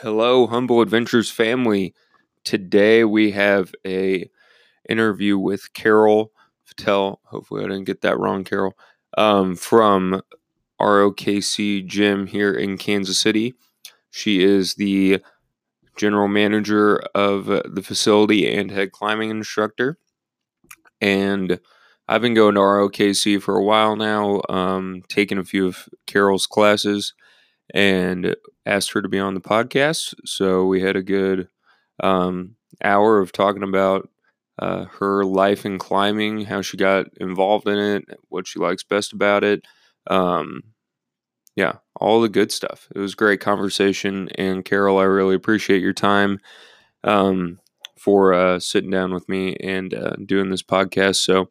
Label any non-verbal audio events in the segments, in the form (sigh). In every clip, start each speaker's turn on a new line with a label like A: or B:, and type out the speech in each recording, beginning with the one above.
A: Hello, Humble Adventures family. Today we have a interview with Carol Patel. Hopefully, I didn't get that wrong, Carol. Um, from ROKC Gym here in Kansas City. She is the general manager of uh, the facility and head climbing instructor. And I've been going to ROKC for a while now, um, taking a few of Carol's classes, and asked her to be on the podcast. So we had a good um, hour of talking about uh, her life in climbing, how she got involved in it, what she likes best about it. Um, yeah, all the good stuff. It was a great conversation. And Carol, I really appreciate your time um, for uh, sitting down with me and uh, doing this podcast. So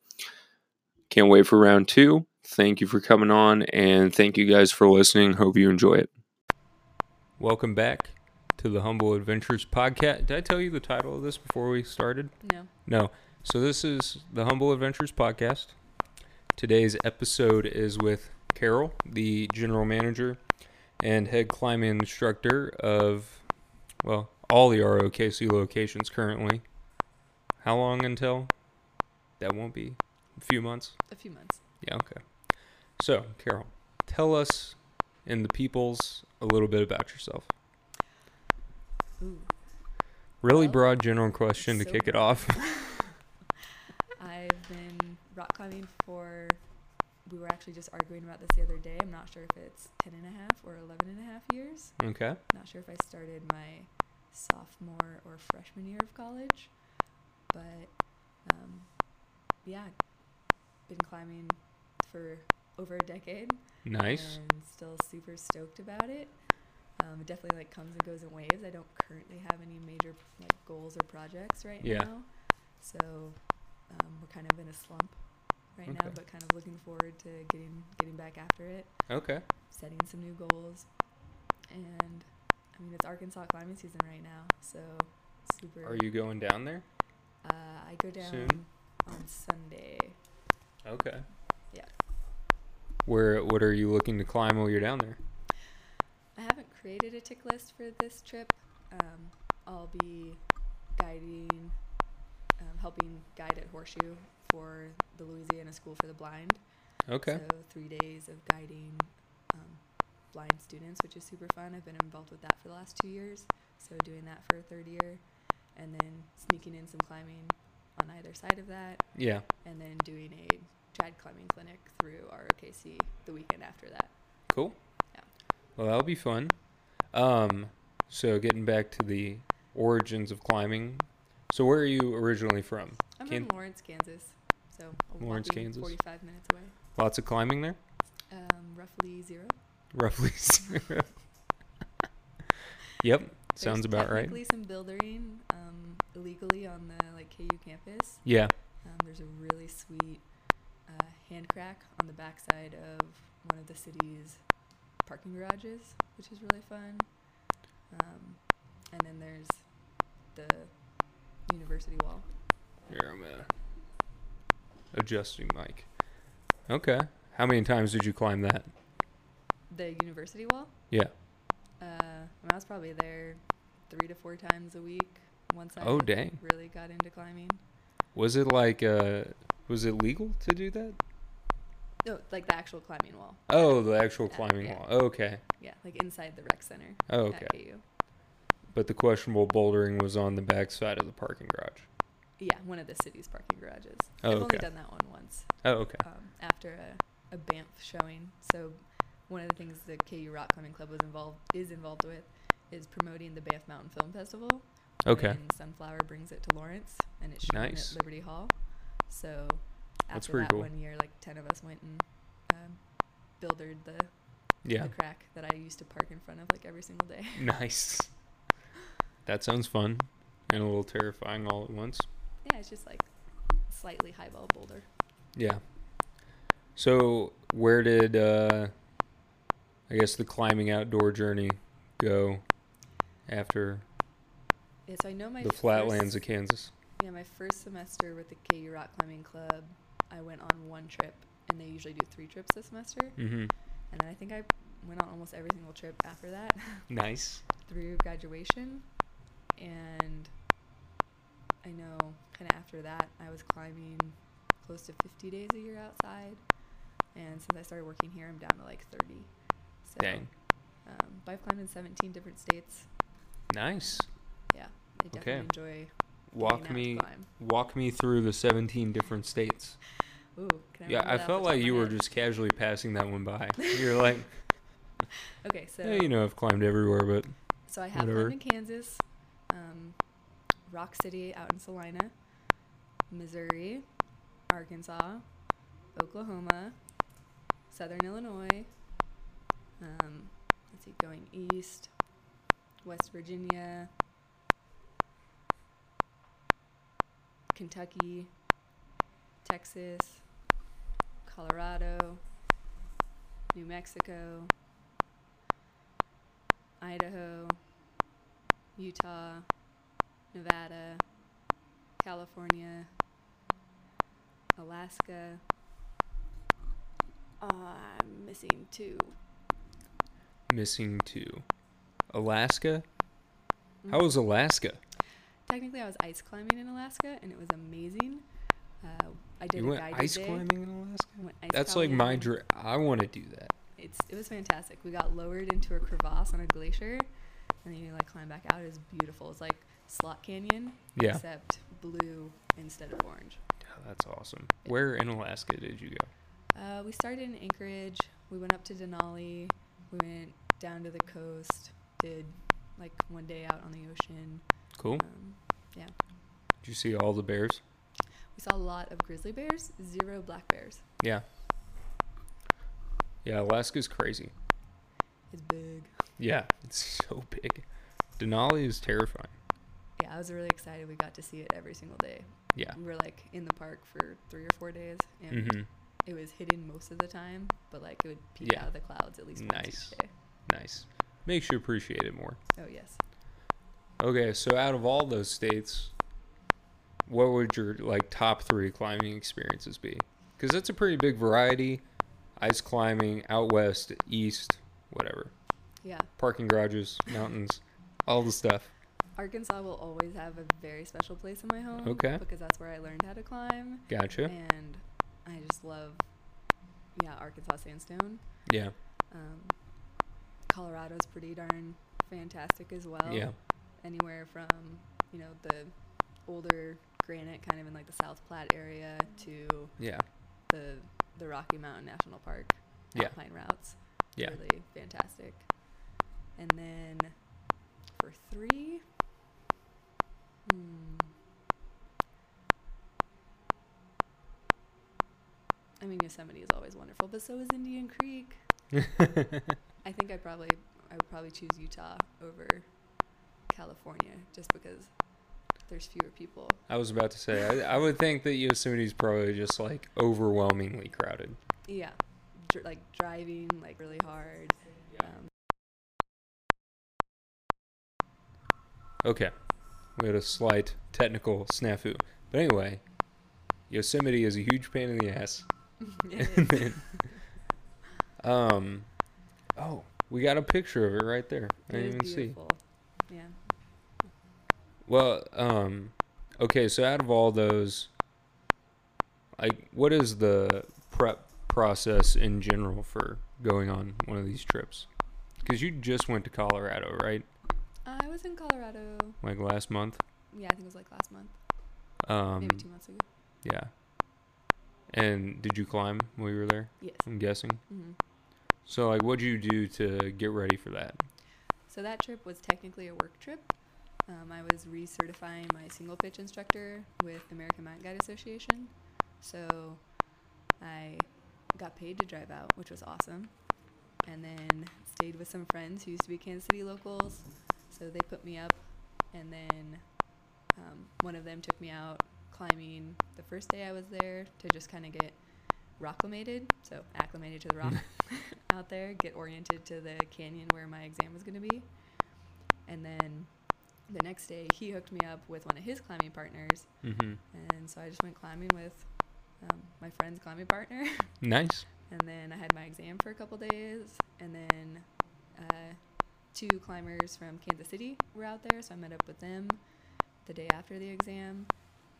A: can't wait for round two. Thank you for coming on and thank you guys for listening. Hope you enjoy it. Welcome back to the Humble Adventures podcast. Did I tell you the title of this before we started?
B: No.
A: No. So this is the Humble Adventures podcast. Today's episode is with Carol, the general manager and head climbing instructor of well, all the ROKC locations currently. How long until? That won't be a few months.
B: A few months.
A: Yeah, okay. So, Carol, tell us and the peoples a little bit about yourself.
B: Ooh.
A: Really
B: Well,
A: broad general question to
B: so
A: kick it off.
B: (laughs) I've been rock climbing for, we were actually just arguing about this the other day. I'm not sure if it's 10 and a half or 11 and a half years.
A: okay.
B: Not sure if I started my sophomore or freshman year of college. But um, yeah, been climbing for over a decade.
A: Nice.
B: and still super stoked about it. Um, it definitely like comes and goes in waves. I don't currently have any major like goals or projects right
A: Yeah.
B: now, so um, we're kind of in a slump right now,
A: Okay.
B: but kind of looking forward to getting getting back after it,
A: Okay.
B: setting some new goals, and I mean it's Arkansas climbing season right now, so super.
A: Are you going down there?
B: Uh, I go down
A: soon?
B: on Sunday.
A: Okay.
B: Yeah.
A: Where what are you looking to climb while you're down there?
B: I haven't created a tick list for this trip. Um, I'll be guiding, um, helping guide at Horseshoe for the Louisiana School for the Blind.
A: Okay.
B: So three days of guiding um, blind students, which is super fun. I've been involved with that for the last two years. So doing that for a third year, and then sneaking in some climbing on either side of that,
A: Yeah.
B: and then doing a trad climbing clinic through ROKC the weekend after that.
A: Cool.
B: Yeah.
A: Well, that'll be fun. Um, so getting back to the origins of climbing. So where are you originally from?
B: I'm
A: Can-
B: in Lawrence, Kansas. So a
A: Lawrence,
B: whopping
A: Kansas.
B: 45 minutes away.
A: Lots of climbing there?
B: Um, roughly zero. (laughs)
A: Roughly (laughs) zero. yep. Sounds
B: There's
A: about right.
B: Technically, some building um, illegally on the like KU campus.
A: Yeah.
B: Um, there's a really sweet uh, hand crack on the backside of one of the city's parking garages, which is really fun. Um, and then there's the university wall.
A: Here I'm uh, adjusting mic. Okay. How many times did you climb that?
B: The university wall.
A: Yeah.
B: Uh, I was probably there three to four times a week. Once I
A: Oh dang.
B: really got into climbing.
A: Was it like uh was it legal to do that?
B: No, like the actual climbing wall.
A: Oh, the actual
B: Yeah,
A: climbing
B: yeah.
A: wall. Okay.
B: Yeah, like inside the rec center.
A: Oh,
B: at
A: okay.
B: KU.
A: But the questionable bouldering was on the backside of the parking garage.
B: Yeah, one of the city's parking garages.
A: Oh,
B: I've
A: okay.
B: only done that one once
A: Oh, okay.
B: um, after a, a Banff showing. So one of the things the KU Rock Climbing Club was involved is involved with is promoting the Banff Mountain Film Festival.
A: Okay.
B: And Sunflower brings it to Lawrence, and it's shown
A: Nice.
B: at Liberty Hall. So after
A: That's pretty
B: that
A: cool.
B: one year, like ten of us went and um, buildered the,
A: Yeah.
B: (laughs) the crack that I used to park in front of like every single day. (laughs)
A: Nice. That sounds fun and a little terrifying all at once.
B: yeah, it's just like slightly highball boulder.
A: Yeah. So, where did uh I guess the climbing outdoor journey go after
B: Yeah, so I know my
A: the flatlands of
B: First,
A: Kansas?
B: yeah, my first semester with the KU Rock Climbing Club, I went on one trip, and they usually do three trips this semester.
A: Mhm.
B: And I think I went on almost every single trip after that. (laughs)
A: Nice.
B: through graduation. And I know kind of after that, I was climbing close to 50 days a year outside. And since I started working here, I'm down to like 30. So,
A: Dang.
B: Um, but I've climbed in 17 different states.
A: Nice.
B: Yeah, I
A: Okay.
B: definitely enjoy getting out
A: Walk
B: to
A: me
B: Climb.
A: walk me through the 17 different states.
B: Ooh, can I
A: Yeah,
B: remember
A: I
B: that off
A: felt
B: the top
A: like
B: of
A: you
B: my
A: were
B: head?
A: just casually passing that one
B: (laughs)
A: by. You're like,
B: okay. So
A: yeah, you know, I've climbed everywhere, but
B: So I have
A: Whatever.
B: lived in Kansas, um, Rock City out in Salina, Missouri, Arkansas, Oklahoma, Southern Illinois. Um, let's see, going east, West Virginia, Kentucky, Texas, Colorado, New Mexico. Idaho, Utah, Nevada, California, Alaska. Uh, I'm missing two.
A: missing two. Alaska?
B: Mm-hmm.
A: How was Alaska?
B: Technically, I was ice climbing in Alaska, and it was amazing. Uh, I did
A: You
B: a
A: went
B: guided
A: ice
B: day.
A: climbing in
B: I
A: Alaska?
B: went ice
A: That's like
B: climbing.
A: my dream. I want to do that.
B: It's it was fantastic. We got lowered into a crevasse on a glacier, and then you like climb back out. It was beautiful. It's like Slot Canyon,
A: Yeah.
B: except blue instead of orange.
A: Yeah, That's awesome. Where in Alaska did you go?
B: Uh, we started in Anchorage. We went up to Denali. We went down to the coast. Did like one day out on the ocean.
A: Cool.
B: Um,
A: Did you see all the bears?
B: we saw a lot of grizzly bears. Zero black bears.
A: Yeah. Yeah, Alaska's crazy.
B: It's big.
A: Yeah, it's (laughs) so big. Denali is terrifying.
B: Yeah, I was really excited. We got to see it every single day.
A: Yeah.
B: We were like in the park for three or four days, and
A: Mm-hmm.
B: it was hidden most of the time. But like it would peek
A: Yeah.
B: out of the clouds at least once
A: Nice.
B: each day.
A: Nice. Makes you appreciate it more.
B: Oh yes.
A: Okay, so out of all those states, what would your like top three climbing experiences be? Because that's a pretty big variety: ice climbing, out west, east, whatever,
B: Yeah.
A: parking garages, mountains, all the stuff.
B: Arkansas will always have a very special place in my home.
A: Okay.
B: Because that's where I learned how to climb.
A: Gotcha.
B: and I just love, yeah, Arkansas sandstone.
A: Yeah,
B: Um, Colorado's pretty darn fantastic as well.
A: yeah,
B: Anywhere from you know the older granite, kind of in like the South Platte area, to
A: yeah,
B: the the Rocky Mountain National Park
A: Yeah.
B: alpine routes.
A: yeah.
B: Really fantastic. And then for three, hmm. I mean, Yosemite is always wonderful, but so is Indian Creek. I think I'd probably, I would probably choose Utah over California just because there's fewer people.
A: (laughs) I was about to say, I, I would think that Yosemite's probably just like overwhelmingly crowded.
B: Yeah, dr- like driving like really hard. Um,
A: Okay. We had a slight technical snafu. But anyway, Yosemite is a huge pain in the ass.
B: (laughs) it
A: (laughs) And
B: is.
A: then, um, oh, we got a picture of it right there. I
B: It
A: didn't
B: is
A: even see.
B: beautiful. Yeah.
A: Well, um, okay, so out of all those, like, what is the prep process in general for going on one of these trips? Because you just went to Colorado, right?
B: I was in Colorado.
A: Like last month.
B: Yeah, I think it was like last month,
A: Um,
B: maybe two months ago.
A: Yeah. And did you climb while you were there?
B: Yes.
A: I'm guessing.
B: hmm
A: So, like, what'd you do to get ready for that?
B: So that trip was technically a work trip. Um, I was recertifying my single pitch instructor with American Mountain Guide Association. So I got paid to drive out, which was awesome. And then stayed with some friends who used to be Kansas City locals. So they put me up, and then um, one of them took me out climbing the first day I was there to just kind of get rocklamated, so acclimated to the rock out there, get oriented to the canyon where my exam was going to be. And then the next day, he hooked me up with one of his climbing partners.
A: Mm-hmm.
B: And so I just went climbing with um, my friend's climbing partner. (laughs)
A: Nice.
B: And then I had my exam for a couple days. And then uh, two climbers from Kansas City were out there, so I met up with them the day after the exam,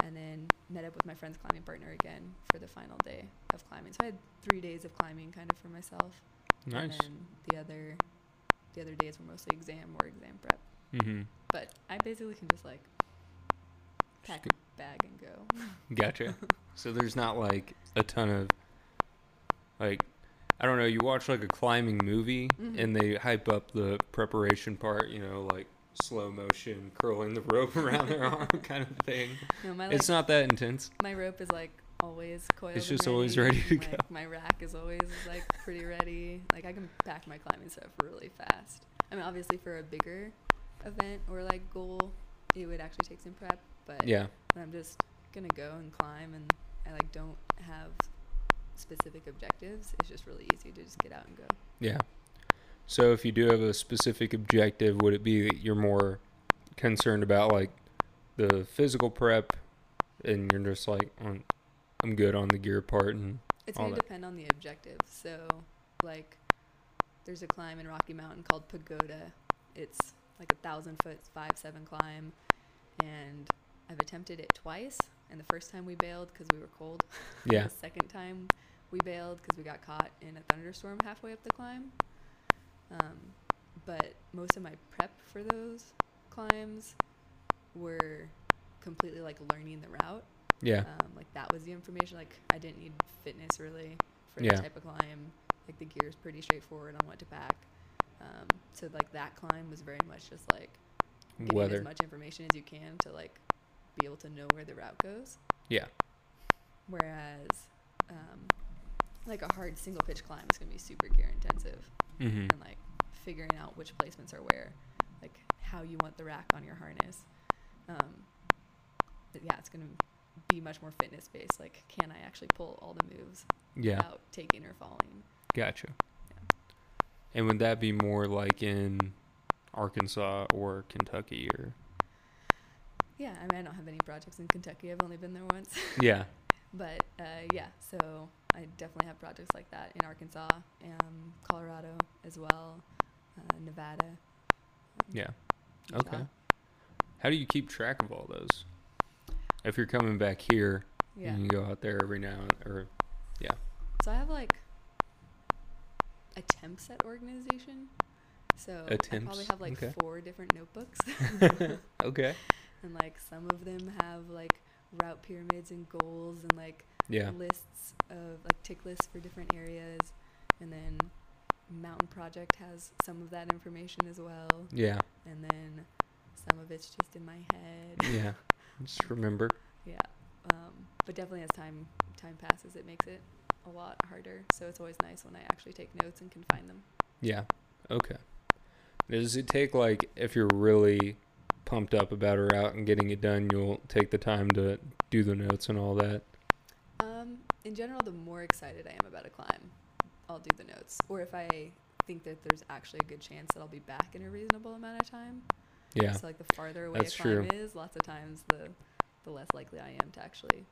B: and then met up with my friend's climbing partner again for the final day of climbing. So I had three days of climbing kind of for myself.
A: Nice.
B: And then the other the other days were mostly exam or exam prep.
A: Mm-hmm.
B: But I basically can just like pack
A: go-
B: a bag and go. (laughs)
A: Gotcha. so there's not like a ton of like I don't know, you watch like a climbing movie
B: Mhm.
A: and they hype up the preparation part, you know, like slow motion curling the rope (laughs) around their arm kind of thing.
B: No, my like,
A: It's not that intense.
B: my rope is like always coiled.
A: It's
B: and
A: just always ready to
B: like,
A: go.
B: My rack is always like pretty ready. Like I can pack my climbing stuff really fast. I mean, obviously for a bigger event or like goal, it would actually take some prep. But
A: Yeah.
B: when I'm just gonna go and climb, and I like don't have specific objectives, it's just really easy to just get out and go.
A: Yeah. So if you do have a specific objective, would it be that you're more concerned about like the physical prep and you're just like on I'm good on the gear part and
B: It's
A: all
B: going to
A: that.
B: depend on the objective. So, like, there's a climb in Rocky Mountain called Pagoda. It's like a thousand foot, five seven climb, and I've attempted it twice. And the first time we bailed because we were cold. (laughs)
A: yeah.
B: the second time we bailed because we got caught in a thunderstorm halfway up the climb. Um, but most of my prep for those climbs were completely like learning the route
A: Yeah.
B: um, like that was the information like i didn't need fitness really for
A: Yeah.
B: the type of climb like the gear is pretty straightforward on what to pack um, so like that climb was very much just like getting as
A: Weather.
B: much information as you can to like be able to know where the route goes
A: Yeah.
B: whereas um, like a hard single pitch climb is going to be super gear intensive
A: Mhm.
B: and like figuring out which placements are where, like how you want the rack on your harness. Um, but yeah, it's gonna be much more fitness based. Like, can I actually pull all the moves
A: Yeah.
B: without taking or falling?
A: Gotcha.
B: Yeah.
A: And would that be more like in Arkansas or Kentucky or
B: Yeah, I mean, I don't have any projects in Kentucky. I've only been there once, (laughs)
A: Yeah.
B: but uh, yeah, so I definitely have projects like that in Arkansas, um, Colorado as well, uh, Nevada. um,
A: Yeah.
B: Utah.
A: Okay. How do you keep track of all those? If you're coming back here,
B: Yeah.
A: you can go out there every now and or
B: So I have like attempts at organization. So I probably
A: Attempts,
B: have like
A: okay.
B: four different notebooks, (laughs)
A: Okay.
B: and like some of them have like route pyramids and goals and like
A: Yeah.
B: lists of like tick lists for different areas, and then Mountain Project has some of that information as well,
A: Yeah.
B: and then some of it's just in my head.
A: Yeah. Just remember.
B: Yeah. Um, but definitely as time time passes, it makes it a lot harder. So it's always nice when I actually take notes and can find them.
A: Yeah. Okay. Does it take like if you're really pumped up about a route and getting it done, you'll take the time to do the notes and all that?
B: Um, in general, the more excited I am about a climb, I'll do the notes. Or if I think that there's actually a good chance that I'll be back in a reasonable amount of time.
A: Yeah.
B: So like the farther away
A: That's
B: a climb
A: true.
B: is, lots of times the the less likely I am to actually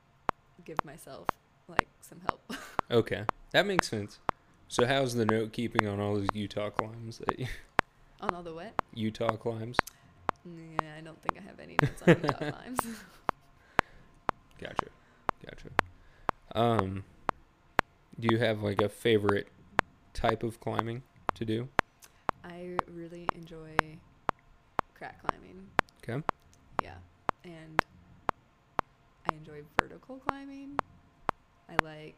B: give myself like some help. (laughs)
A: Okay, that makes sense. So how's the note keeping on all those Utah climbs? That you,
B: on all the wet,
A: Utah climbs.
B: yeah, I don't think I have any notes on Utah
A: (laughs)
B: climbs.
A: Gotcha, gotcha. Um, do you have like a favorite type of climbing to do?
B: I really enjoy crack climbing.
A: Okay.
B: Yeah. And I enjoy vertical climbing. I like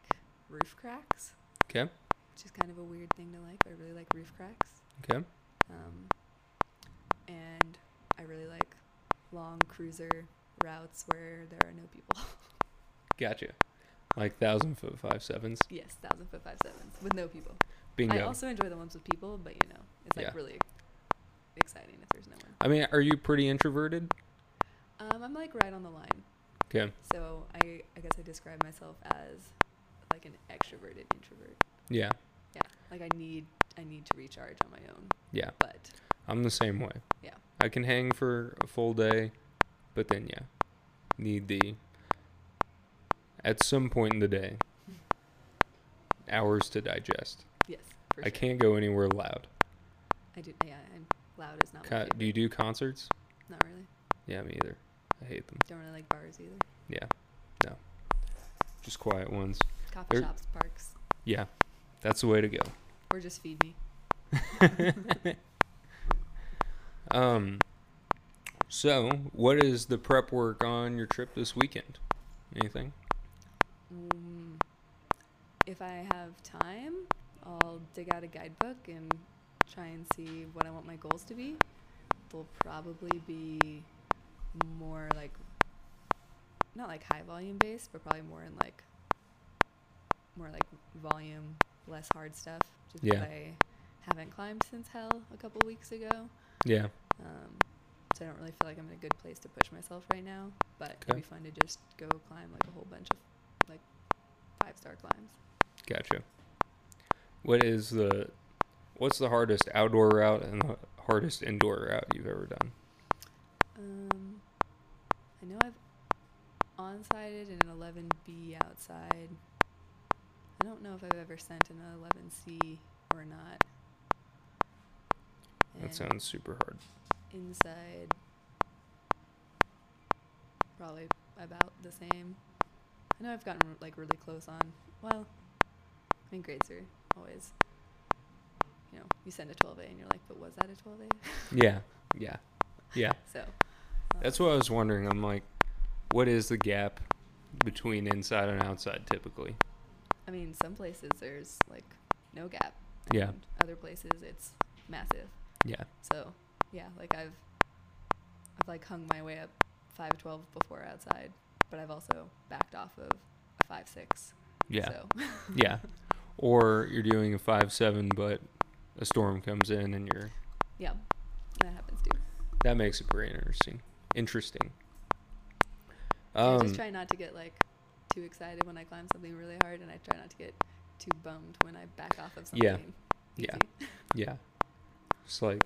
B: roof cracks.
A: 'Kay.
B: Which is kind of a weird thing to like, but I really like roof cracks.
A: Okay.
B: Um, and I really like long cruiser routes where there are no people. (laughs)
A: Gotcha. Like thousand foot five sevens.
B: yes, thousand foot five sevens with no people.
A: Bingo.
B: I also enjoy the ones with people, but you know, it's like
A: Yeah.
B: really exciting if there's no one.
A: I mean, are you pretty introverted?
B: Um, I'm like right on the line.
A: Okay.
B: So I, I guess I describe myself as like an extroverted introvert.
A: Yeah.
B: Yeah. Like I need I need to recharge on my own.
A: Yeah.
B: But
A: I'm the same way.
B: Yeah.
A: I can hang for a full day, but then yeah, need the at some point in the day hours to digest.
B: yes, for
A: I
B: sure.
A: can't go anywhere loud.
B: I do yeah, I'm Loud is not. my
A: Co- do you
B: favorite.
A: do concerts?
B: Not really.
A: Yeah, me either. I hate them.
B: Don't really like bars either.
A: Yeah, no, just quiet ones.
B: Coffee
A: There-
B: shops, parks,
A: Yeah, that's the way to go.
B: or just feed me.
A: Um, so what is the prep work on your trip this weekend? Anything?
B: Mm, if I have time, I'll dig out a guidebook and try and see what I want my goals to be. They'll probably be more like, not like high volume based, but probably more in like, more like volume, less hard stuff. Just
A: Yeah.
B: because I haven't climbed since hell a couple weeks ago.
A: Yeah.
B: Um, so I don't really feel like I'm in a good place to push myself right now. But it'd
A: Okay.
B: be fun to just go climb like a whole bunch of like five star climbs.
A: Gotcha. What is the what's the hardest outdoor route and the hardest indoor route you've ever done?
B: Um, I know I've on-sided in an 11B outside. I don't know if I've ever sent an 11C or not.
A: That
B: And
A: sounds super hard.
B: inside, probably about the same. I know I've gotten like really close on. Well, I mean grades are always, you know, you send a 12A and you're like, but was that a (laughs) 12A?
A: Yeah. Yeah. Yeah.
B: So um,
A: That's what I was wondering. I'm like, what is the gap between inside and outside typically?
B: I mean, some places there's like no gap.
A: Yeah.
B: and Other places it's massive.
A: Yeah.
B: So yeah, like I've I've like hung my way up five twelve before outside, but I've also backed off of a five six.
A: Yeah.
B: So (laughs)
A: Yeah. Or you're doing a five seven but a storm comes in and you're
B: yeah, that happens too.
A: that makes it pretty interesting. Interesting.
B: I
A: Um
B: just try not to get like too excited when I climb something really hard, and I try not to get too bummed when I back off of something.
A: Yeah. Yeah.
B: easy.
A: Yeah. It's like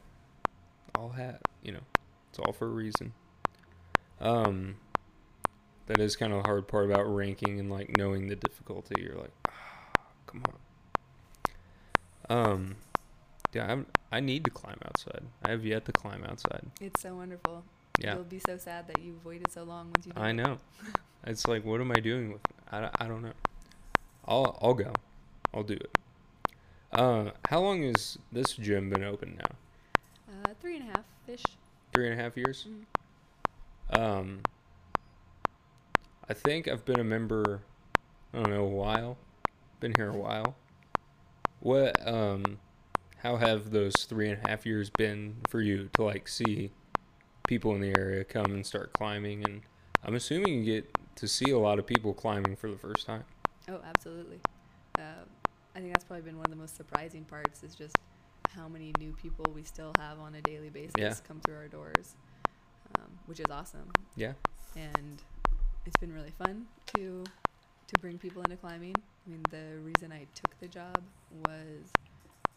A: all hat, you know. It's all for a reason. Um that is kind of the hard part about ranking and like knowing the difficulty. You're like, ah, come on. Um yeah, I'm, I need to climb outside. I have yet to climb outside.
B: e, It's so wonderful.
A: Yeah.
B: You'll be so sad that you waited so long once you. do
A: I
B: it.
A: know. It's like, what am I doing with? I, don't- I don't know. I'll I'll go. I'll do it. Uh, how long has this gym been open now?
B: Uh, three and a half fish.
A: Three and a half years.
B: Mhm.
A: Um, I think I've been a member. I don't know a while. Been here a while. What um, how have those three and a half years been for you to like see people in the area come and start climbing? And I'm assuming you get to see a lot of people climbing for the first time.
B: Oh, absolutely. Uh, I think that's probably been one of the most surprising parts is just how many new people we still have on a daily basis
A: Yeah.
B: come through our doors, um, which is awesome.
A: Yeah.
B: And it's been really fun to to bring people into climbing. I mean, the reason I took the job was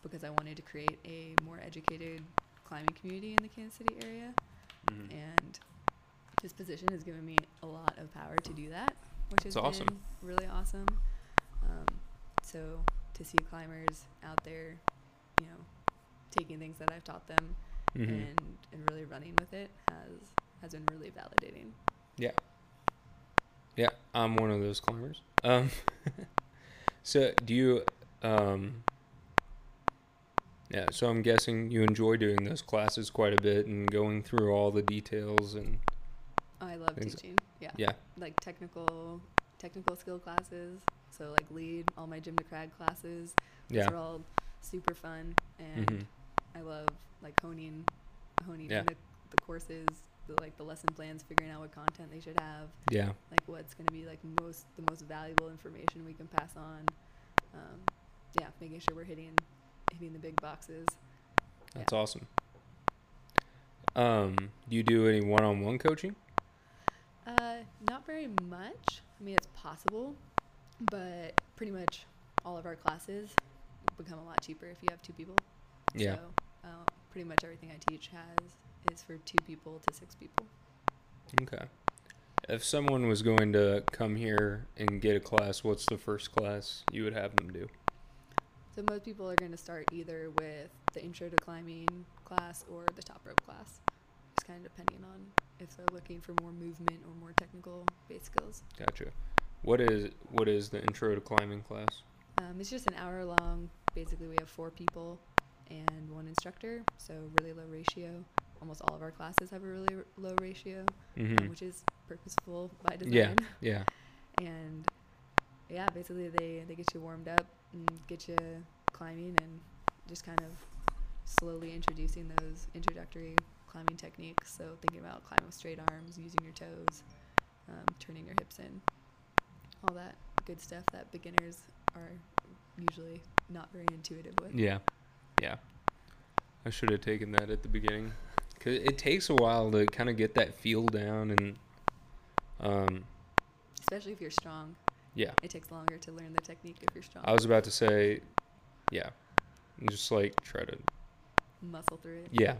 B: because I wanted to create a more educated climbing community in the Kansas City area and this position has given me a lot of power to do that, which
A: It's
B: has
A: awesome.
B: been really awesome. Um, so to see climbers out there, you know, taking things that I've taught them
A: Mm-hmm.
B: and and really running with it has has been really validating.
A: Yeah, I'm one of those climbers. Um, (laughs) so do you? Um, yeah, so I'm guessing you enjoy doing those classes quite a bit and going through all the details and
B: Oh, I love
A: Things-
B: teaching. Yeah.
A: yeah,
B: Like technical technical skill classes. So like lead all my gym to crag classes. Those
A: yeah,
B: are all super fun and
A: hmm
B: I love like honing, honing
A: Yeah.
B: in the, the courses, the, like the lesson plans, figuring out what content they should have,
A: yeah,
B: like what's going to be like most the most valuable information we can pass on. Um, yeah, making sure we're hitting hitting the big boxes.
A: that's awesome. Um, do you do any one-on-one coaching?
B: Uh, not very much. I mean, it's possible, but pretty much all of our classes become a lot cheaper if you have two people.
A: Yeah,
B: So, uh, pretty much everything I teach has is for two people to six people.
A: okay. If someone was going to come here and get a class, what's the first class you would have them do?
B: So most people are going to start either with the intro to climbing class or the top rope class. Just kind of depending on if they're looking for more movement or more technical base skills.
C: Gotcha. What is what is the intro to climbing class?
B: Um, it's just an hour long. Basically, we have four people and one instructor, so really low ratio. Almost all of our classes have a really r- low ratio, um,
C: Mm-hmm.
B: which is purposeful by design.
C: Yeah. Yeah.
B: And yeah, basically they they get you warmed up and get you climbing and just kind of slowly introducing those introductory climbing techniques. So thinking about climbing with straight arms, using your toes, um, turning your hips in, all that good stuff that beginners are usually not very intuitive with.
C: Yeah. Yeah. I should have taken that at the beginning. Cause it takes a while to kind of get that feel down and um
B: Especially if you're strong,
C: yeah.
B: it takes longer to learn the technique if you're strong.
C: I was about to say yeah. And Just like try to
B: Muscle through it.
C: yeah.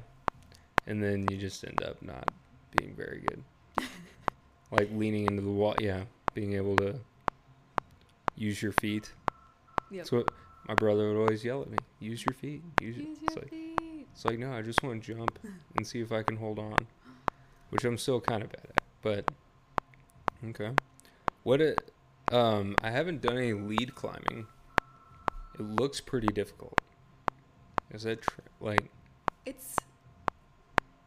C: And then you just end up not being very good.
B: (laughs)
C: like leaning into the wall, yeah, being able to use your feet.
B: Yep.
C: That's what my brother would always yell at me. Use your feet. Use, your
B: Use
C: it's
B: your
C: like
B: feet.
C: It's like, no, I just want to jump and see if I can hold on, which I'm still kind of bad at. But okay, what? A, um, I haven't done any lead climbing. It looks pretty difficult. Is that tr- like
B: It's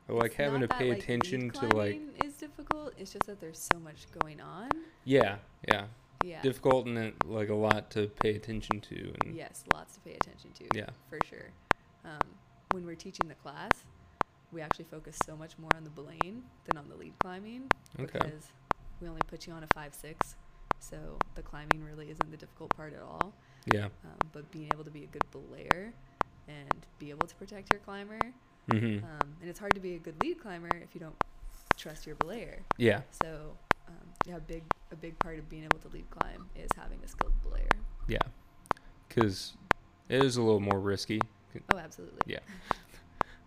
C: I like
B: it's
C: having to
B: not that,
C: pay
B: like, lead
C: attention to like
B: climbing is difficult. It's just that there's so much going on.
C: yeah yeah
B: Yeah.
C: difficult and then, like a lot to pay attention to and
B: yes, lots to pay attention to.
C: yeah
B: for sure. Um, when we're teaching the class, we actually focus so much more on the belaying than on the lead climbing
C: okay
B: because we only put you on a five six, so the climbing really isn't the difficult part at all.
C: yeah
B: Um, but being able to be a good belayer and be able to protect your climber,
C: mm-hmm.
B: um, and it's hard to be a good lead climber if you don't trust your belayer.
C: yeah
B: So um, yeah, a big a big part of being able to lead climb is having a skilled belayer.
C: yeah because it is a little more risky
B: Oh, absolutely.
C: Yeah.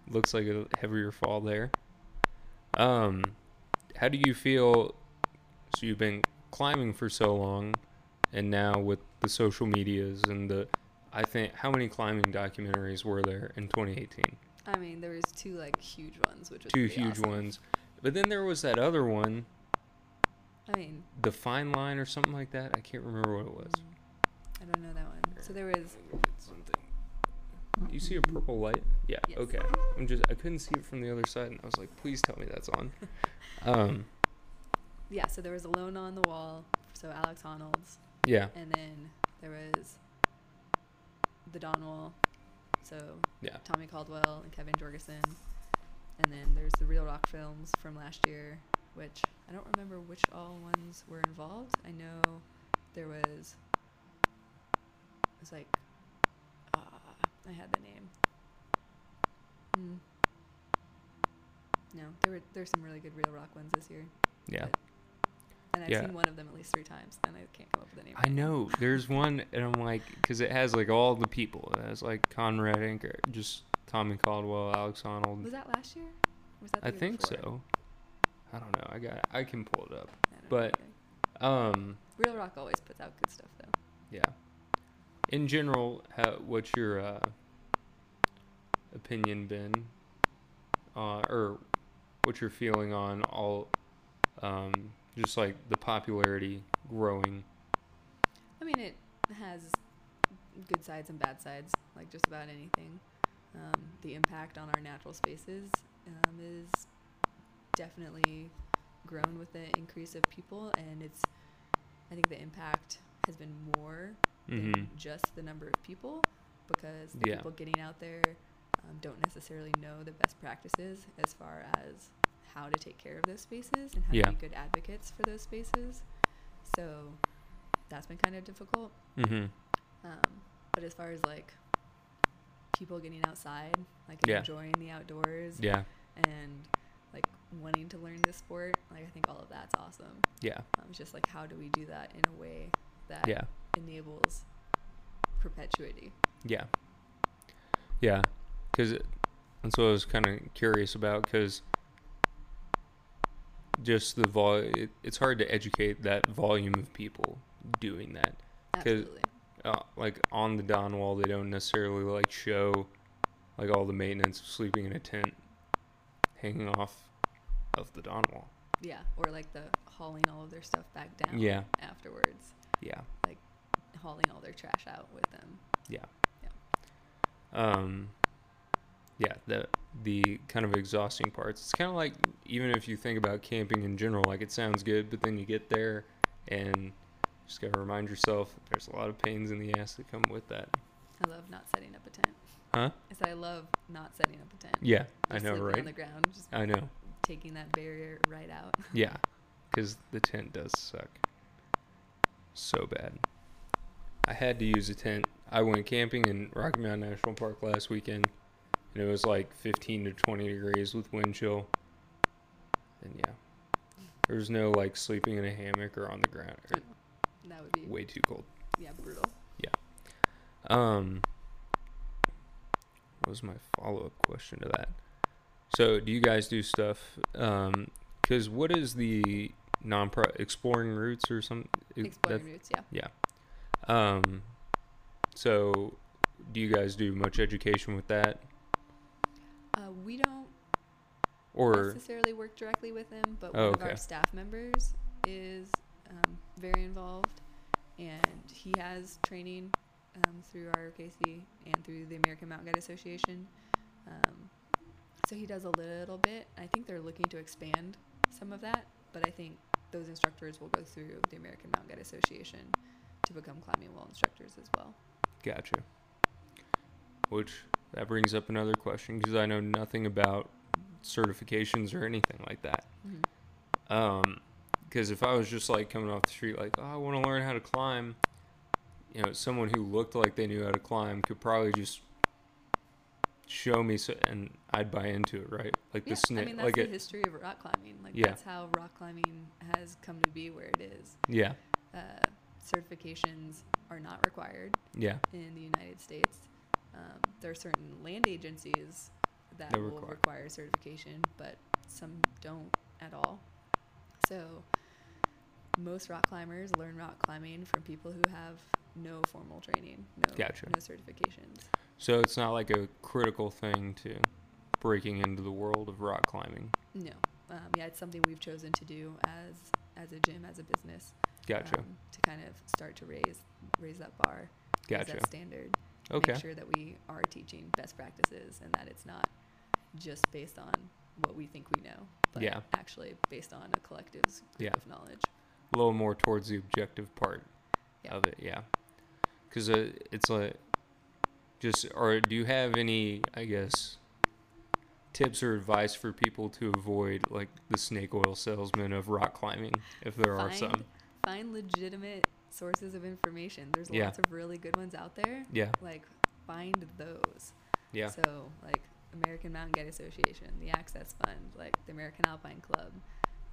C: looks like a heavier fall there. Um, how do you feel? So you've been climbing for so long, and now with the social medias and the, I think how many climbing documentaries were there in 2018?
B: I mean, there was two like huge ones, which was
C: Two
B: pretty
C: huge
B: awesome.
C: ones, but then there was that other one,
B: I mean,
C: the Fine Line or something like that. I can't remember what it was.
B: mm, I don't know that one. So there was
C: You see a purple light? Yeah.
B: Yes.
C: Okay. I'm just I couldn't see it from the other side, and I was like, please tell me
B: (laughs)
C: that's on. Um.
B: yeah, so there was Alone on the Wall, so Alex Honnold's,
C: Yeah.
B: and then there was the Don Wall, so
C: Yeah.
B: Tommy Caldwell and Kevin Jorgensen, and then there's the Real Rock films from last year, which I don't remember which all ones were involved. I know there was it was like ah, I had the name. Mm. No, there were there's some really good Real Rock ones this year.
C: Yeah.
B: and I've
C: Yeah.
B: seen one of them at least three times, and I can't come up with a name.
C: I know there's one, and I'm like, because it has like all the people. It has like Conrad Anker, just Tommy Caldwell, Alex Honnold.
B: Was that last year? Or Was that the
C: I
B: year
C: think
B: before?
C: so. I don't know. I got. I can pull it up.
B: I don't know
C: but-
B: either.
C: Um.
B: Real Rock always puts out good stuff though.
C: Yeah. In general, how, what's your uh, opinion been, uh, or what's your feeling on all, um, just like the popularity growing?
B: I mean, it has good sides and bad sides, like just about anything. Um, the impact on our natural spaces um, is definitely grown with the increase of people, and it's. I think the impact has been more than
C: Mm-hmm.
B: just the number of people, because the
C: Yeah.
B: people getting out there um, don't necessarily know the best practices as far as how to take care of those spaces and how
C: Yeah.
B: to be good advocates for those spaces. So that's been kind of difficult.
C: Mm-hmm.
B: Um, but as far as like people getting outside, like
C: Yeah.
B: enjoying the outdoors
C: Yeah.
B: and like wanting to learn this sport, like I think all of that's awesome.
C: Yeah.
B: Um, it's just like how do we do that in a way that
C: Yeah.
B: enables perpetuity?
C: Yeah. Yeah. Because that's what I was kind of curious about. Because just the vol, it, it's hard to educate that volume of people doing that. 'Cause-
B: Absolutely.
C: uh, like on the Don wall, they don't necessarily like show like all the maintenance of sleeping in a tent hanging off of the Don wall.
B: Yeah, or like the hauling all of their stuff back down
C: Yeah.
B: afterwards,
C: Yeah.
B: hauling all their trash out with them.
C: um yeah the the kind of exhausting parts it's kind of like even if you think about camping in general like it sounds good but then you get there and just gotta remind yourself there's a lot of pains in the ass that come with that
B: I love not setting up a tent.
C: Huh?
B: Is I love not setting up a tent.
C: yeah i
B: Just
C: know
B: sleeping On
C: right
B: the ground, just
C: i know
B: taking that barrier right out. (laughs)
C: yeah because the tent does suck so bad i had to use a tent i went camping in rocky mountain national park last weekend and it was like 15 to 20 degrees with wind chill and yeah there was no like sleeping in a hammock or on the ground or
B: That would be
C: way too cold
B: yeah brutal.
C: um what was my follow-up question to that so do you guys do stuff um because what is the non pro exploring routes or something
B: Exploring routes, yeah.
C: um so do you guys do much education with that
B: Uh, we don't
C: or
B: necessarily work directly with them, but one
C: Oh,
B: of
C: okay.
B: our staff members is um, very involved, and he has training um, through ROKC and through the American Mountain Guide Association. Um, so he does a little bit. I think they're looking to expand some of that, but I think those instructors will go through the American Mountain Guide Association to become climbing wall instructors as well.
C: Gotcha. Which that brings up another question because I know nothing about certifications or anything like that.
B: Mhm.
C: Um, because if I was just like coming off the street, like, oh, I want to learn how to climb, you know, someone who looked like they knew how to climb could probably just show me, so, and I'd buy into it, right? Like the
B: Yeah,
C: snake,
B: I mean that's
C: like
B: the
C: it,
B: history of rock climbing. Like
C: Yeah.
B: that's how rock climbing has come to be where it is.
C: yeah,
B: uh, certifications are not required
C: yeah,
B: in the United States. Um, there are certain land agencies that
C: That
B: will
C: require-
B: require certification, but some don't at all. So most rock climbers learn rock climbing from people who have no formal training, no,
C: Gotcha.
B: no certifications.
C: so it's not like a critical thing to breaking into the world of rock climbing.
B: No, um, yeah, it's something we've chosen to do as as a gym, as a business,
C: Gotcha,
B: um, to kind of start to raise raise that bar, raise
C: gotcha.
B: that standard.
C: Okay.
B: make sure that we are teaching best practices and that it's not just based on what we think we know, but
C: Yeah.
B: actually based on a collective's group
C: Yeah.
B: of knowledge.
C: a little more towards the objective part
B: Yeah.
C: of it, yeah. Because uh, it's like just or do you have any, I guess, tips or advice for people to avoid like the snake oil salesman of rock climbing, if there are
B: Find-
C: some?
B: Find legitimate sources of information. There's
C: Yeah.
B: lots of really good ones out there.
C: Yeah,
B: Like find those.
C: yeah,
B: So like American Mountain Guide Association, the Access Fund, like the American Alpine Club.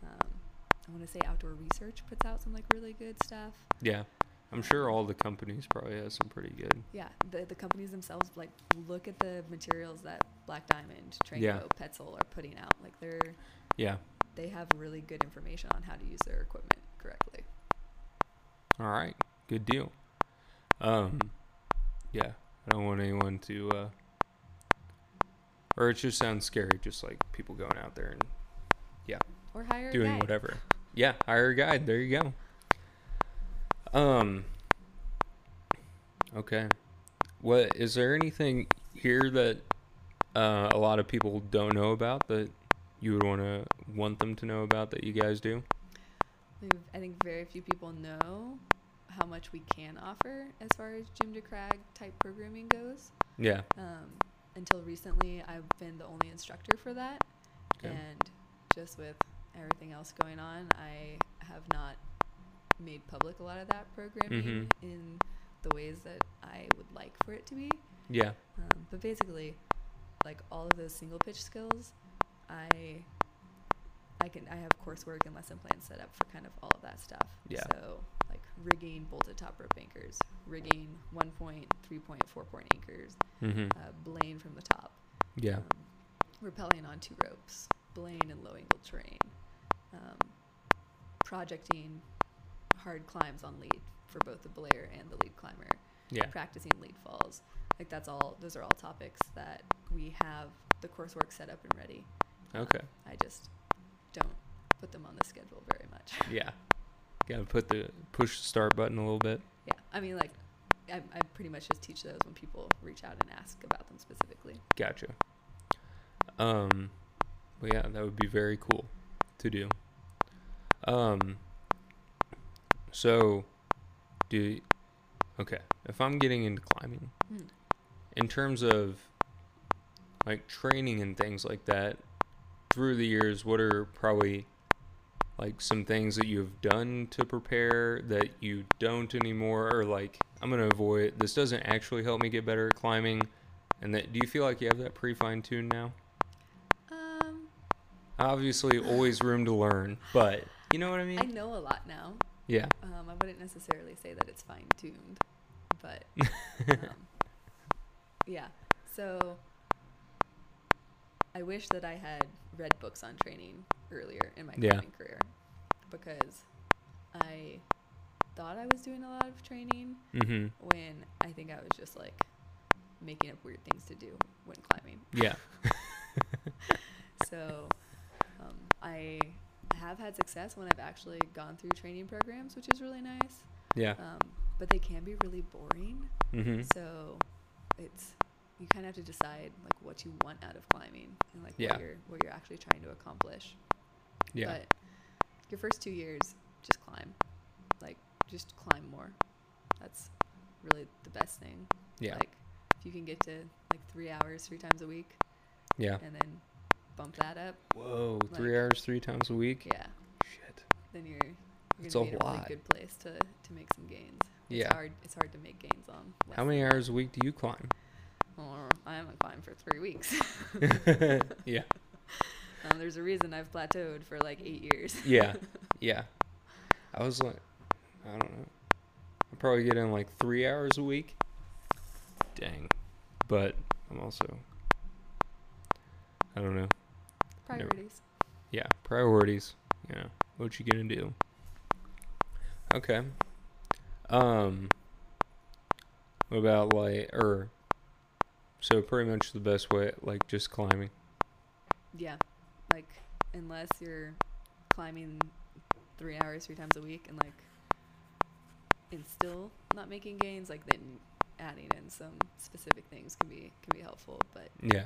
B: Um, I want to say Outdoor Research puts out some like really good stuff.
C: yeah. I'm sure all the companies probably have some pretty good.
B: yeah the, the companies themselves like look at the materials that black diamond Tranco,
C: Yeah.
B: petzl are putting out like they're
C: Yeah.
B: they have really good information on how to use their equipment correctly
C: All right, good deal. Um, yeah, I don't want anyone to, uh, or it just sounds scary, just like people going out there and
B: or hire a
C: doing
B: guide.
C: whatever. Yeah, hire a guide. There you go. Um. Okay. What is there anything here that uh, a lot of people don't know about that you would want to want them to know about that you guys do?
B: We've- i think very few people know how much we can offer as far as gym to crag type programming goes
C: Yeah.
B: um, until recently i've been the only instructor for that
C: Okay.
B: and just with everything else going on, I have not made public a lot of that programming
C: Mhm.
B: in the ways that I would like for it to be.
C: Yeah.
B: Um, but basically, like all of those single pitch skills, I I can I have coursework and lesson plans set up for kind of all of that stuff.
C: Yeah.
B: So like rigging bolted top rope anchors, rigging one point, three point, four point anchors,
C: Mm-hmm.
B: uh, blane from the top,
C: Yeah.
B: um, rappelling on two ropes, Blaine and low angle terrain, um, projecting hard climbs on lead for both the Blair and the lead climber,
C: Yeah.
B: practicing lead falls. Like that's all. Those are all topics that we have the coursework set up and ready.
C: Okay.
B: I just don't put them on the schedule very much.
C: Yeah. Gotta put the push the start button a little bit.
B: Yeah, I mean, like, I, I pretty much just teach those when people reach out and ask about them specifically.
C: Gotcha. Um, well, yeah, that would be very cool to do. Um, so, do okay. If I'm getting into climbing,
B: Hmm.
C: in terms of like training and things like that, through the years, what are probably like some things that you've done to prepare that you don't anymore, or like I'm gonna avoid this doesn't actually help me get better at climbing, and that do you feel like you have that pre fine tuned now?
B: Um,
C: Obviously, always room to learn, but you know what I mean?
B: I know a lot now.
C: yeah.
B: Um, I wouldn't necessarily say that it's fine tuned, but um, yeah. So I wish that I had read books on training earlier in my
C: Yeah.
B: climbing career because I thought I was doing a lot of training
C: Mm-hmm.
B: when I think I was just like making up weird things to do when climbing.
C: Yeah.
B: So um, I have had success when I've actually gone through training programs, which is really nice.
C: Yeah.
B: Um, but they can be really boring.
C: Mm-hmm.
B: So it's you kind of have to decide like what you want out of climbing and like
C: Yeah.
B: what you're what you're actually trying to accomplish.
C: Yeah.
B: But your first two years, just climb, like just climb more. That's really the best thing.
C: yeah.
B: Like if you can get to like three hours three times a week
C: yeah.
B: and then bump that up,
C: Whoa. Three
B: like-
C: hours, three times a week.
B: yeah,
C: Shit.
B: then you're. You're
C: That's
B: gonna
C: a
B: be in a really
C: lot.
B: good place to, to make some gains. It's
C: Yeah.
B: hard it's hard to make gains on. less
C: How many
B: than
C: hours a week do you climb?
B: that. Or I haven't climbed for three weeks. (laughs)
C: (laughs) yeah.
B: Um, there's a reason I've plateaued for like eight years.
C: (laughs) Yeah. Yeah. I was like, I don't know. I probably get in like three hours a week. Dang. But I'm also, I don't know. Never.
B: Priorities.
C: Yeah, priorities. You know, what you gonna do? Okay. Um. What about like or? So pretty much the best way, like just climbing.
B: Yeah. Like, unless you're climbing three hours, three times a week, and like, and still not making gains, like then adding in some specific things can be can be helpful. But
C: Yeah.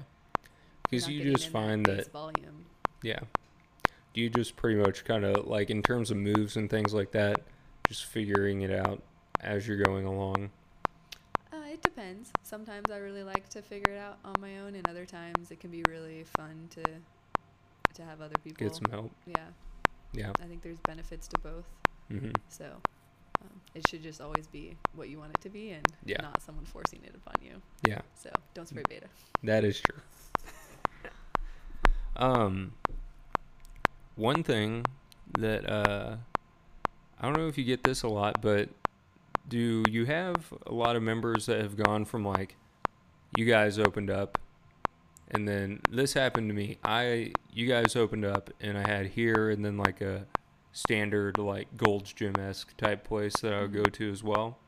C: Because
B: not
C: you
B: getting
C: just
B: in
C: find that
B: base volume.
C: Yeah. Do you just pretty much kind of like in terms of moves and things like that, just figuring it out as you're going along?
B: Uh, it depends. Sometimes I really like to figure it out on my own, and other times it can be really fun to to have other people.
C: Get some help.
B: yeah,
C: Yeah.
B: I think there's benefits to both.
C: hmm
B: So um, it should just always be what you want it to be and
C: Yeah.
B: not someone forcing it upon you.
C: Yeah.
B: So don't spray beta.
C: That is true. (laughs) Um, one thing that uh, I don't know if you get this a lot, but do you have a lot of members that have gone from like you guys opened up, and then this happened to me. I you guys opened up, and I had here, and then like a standard like Gold's Gym esque type place that I would go to as well.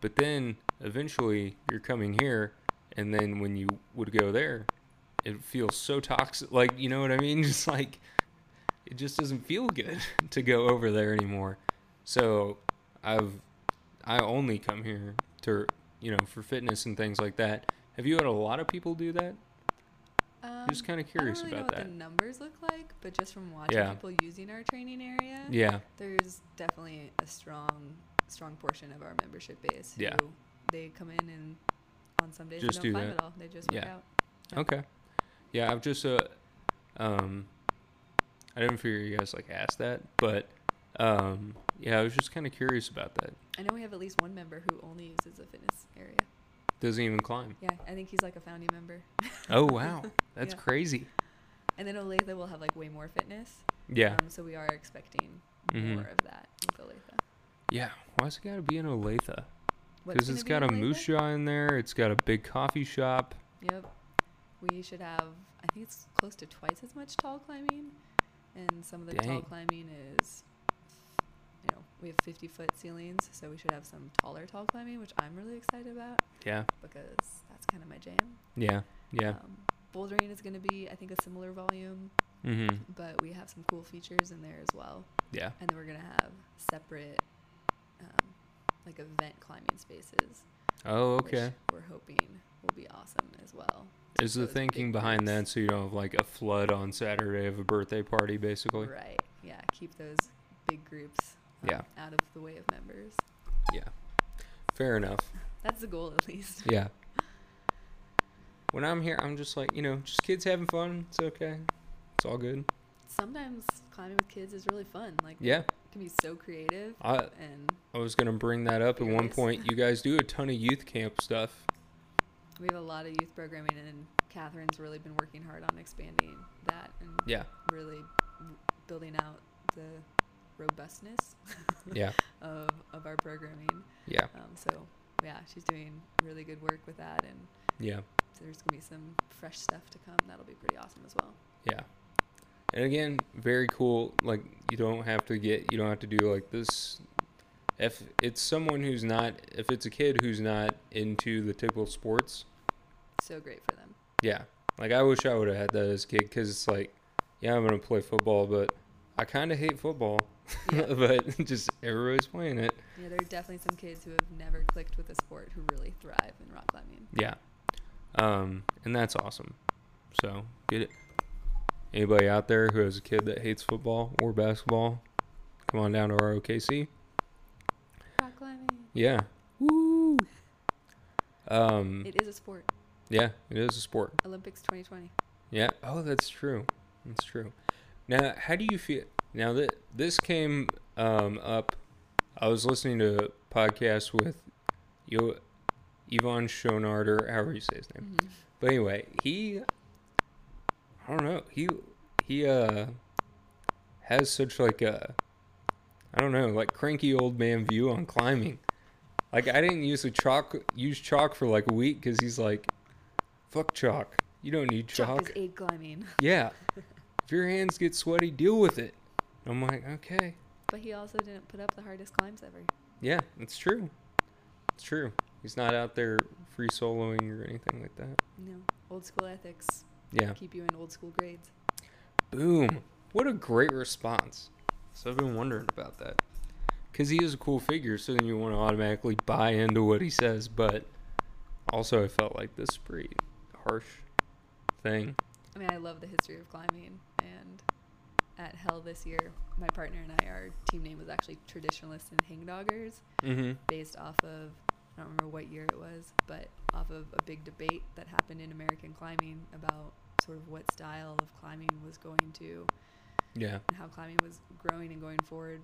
C: But then eventually you're coming here, and then when you would go there, it feels so toxic. Like you know what I mean? (laughs) Just like it just doesn't feel good (laughs) to go over there anymore. So I've I only come here to you know for fitness and things like that. Have you had a lot of people do that?
B: Um,
C: I'm just kind of curious
B: I don't really
C: about
B: know
C: that.
B: what the numbers look like, but just from watching
C: Yeah.
B: people using our training area,
C: Yeah,
B: there's definitely a strong strong portion of our membership base who
C: Yeah.
B: they come in and on some days
C: Just
B: they
C: do
B: don't climb
C: that.
B: at all. They just work
C: Yeah.
B: out.
C: Okay. Yeah, I've just uh, um, I didn't figure you guys like asked that, but um, yeah, I was just kind of curious about that.
B: I know we have at least one member who only uses the fitness area.
C: Doesn't even climb.
B: Yeah, I think he's like a founding member.
C: Oh wow,
B: (laughs)
C: that's
B: Yeah.
C: crazy.
B: And then Olathe will have like way more fitness.
C: Yeah.
B: Um, so we are expecting
C: Mhm.
B: more of that with Olathe.
C: Yeah. Why's it gotta be in Olathe?
B: What's
C: Because
B: gonna
C: it's
B: be in
C: got a
B: Olathe?
C: moose jaw in there. It's got a big coffee shop.
B: Yep. We should have, I think it's close to twice as much tall climbing. And some of the tall
C: Dang.
B: climbing is you know, we have 50 foot ceilings, so we should have some taller tall climbing, which I'm really excited about
C: Yeah.
B: because that's kind of my jam.
C: Yeah. Yeah.
B: Um, bouldering is going to be, I think, a similar volume,
C: Mm-hmm.
B: but we have some cool features in there as well.
C: Yeah.
B: And then we're going to have separate, um, like, event climbing spaces.
C: Oh,
B: which
C: okay.
B: we're hoping will be awesome as well.
C: Is the
B: those big
C: thinking behind that
B: groups.
C: so you don't have like a flood on Saturday of a birthday party, basically?
B: Right. Yeah. Keep those big groups um,
C: Yeah.
B: out of the way of members.
C: Yeah. Fair enough.
B: That's the goal, (laughs) at least.
C: Yeah. (laughs) When I'm here, I'm just like, you know, just kids having fun. It's okay. It's all good.
B: Sometimes climbing with kids is really fun. Like,
C: Yeah.
B: it can be so creative.
C: I
B: And
C: I was gonna bring that up at one
B: Curious.
C: point. You guys do a ton of youth camp stuff.
B: we have a lot of youth programming, and Catherine's really been working hard on expanding that and
C: Yeah.
B: really w- building out the robustness
C: Yeah.
B: of, of our programming.
C: Yeah.
B: Um, so, yeah, she's doing really good work with that, and
C: Yeah.
B: there's going to be some fresh stuff to come. That'll be pretty awesome as well.
C: Yeah. And again, very cool. Like you don't have to get you don't have to do like this if it's someone who's not if it's a kid who's not into the typical sports,
B: So great for them.
C: yeah. Like I wish I would have had that as a kid cuz it's like yeah, I'm going to play football, but I kind of hate football.
B: Yeah.
C: (laughs) but just everybody's playing it.
B: Yeah, there are definitely some kids who have never clicked with a sport who really thrive in rock climbing.
C: Yeah. Um, and that's awesome. So get it. Anybody out there who has a kid that hates football or basketball, come on down to our OKC.
B: Rock climbing.
C: Yeah. Woo. Um.
B: It is a sport.
C: yeah, it is a sport.
B: Olympics 2020.
C: Yeah. Oh, that's true. That's true. Now, how do you feel? Now that this came um, up, I was listening to a podcast with Yo, Yvonne Schonard, or however you say his name.
B: Mhm.
C: But anyway, he I don't know. He he uh has such like a I don't know, like cranky old man view on climbing. Like I didn't usually chalk use chalk for like a week cuz he's like fuck chalk. You don't need
B: Chalk is
C: chalk.
B: egg climbing.
C: yeah. If your hands get sweaty, deal with it. I'm like, okay.
B: But he also didn't put up the hardest climbs ever.
C: Yeah, it's true. It's true. He's not out there free soloing or anything like that.
B: No. Old school ethics
C: Yeah.
B: keep you in old school grades.
C: Boom. What a great response. So I've been wondering about that. Because he is a cool figure, so then you want to automatically buy into what he says, but also I felt like this is pretty harsh thing.
B: I mean, I love the history of climbing. And at Hell this year, my partner and I, our team name was actually Traditionalists and Hangdoggers,
C: Mm-hmm.
B: based off of, I don't remember what year it was, but off of a big debate that happened in American climbing about sort of what style of climbing was going to
C: Yeah.
B: and how climbing was growing and going forward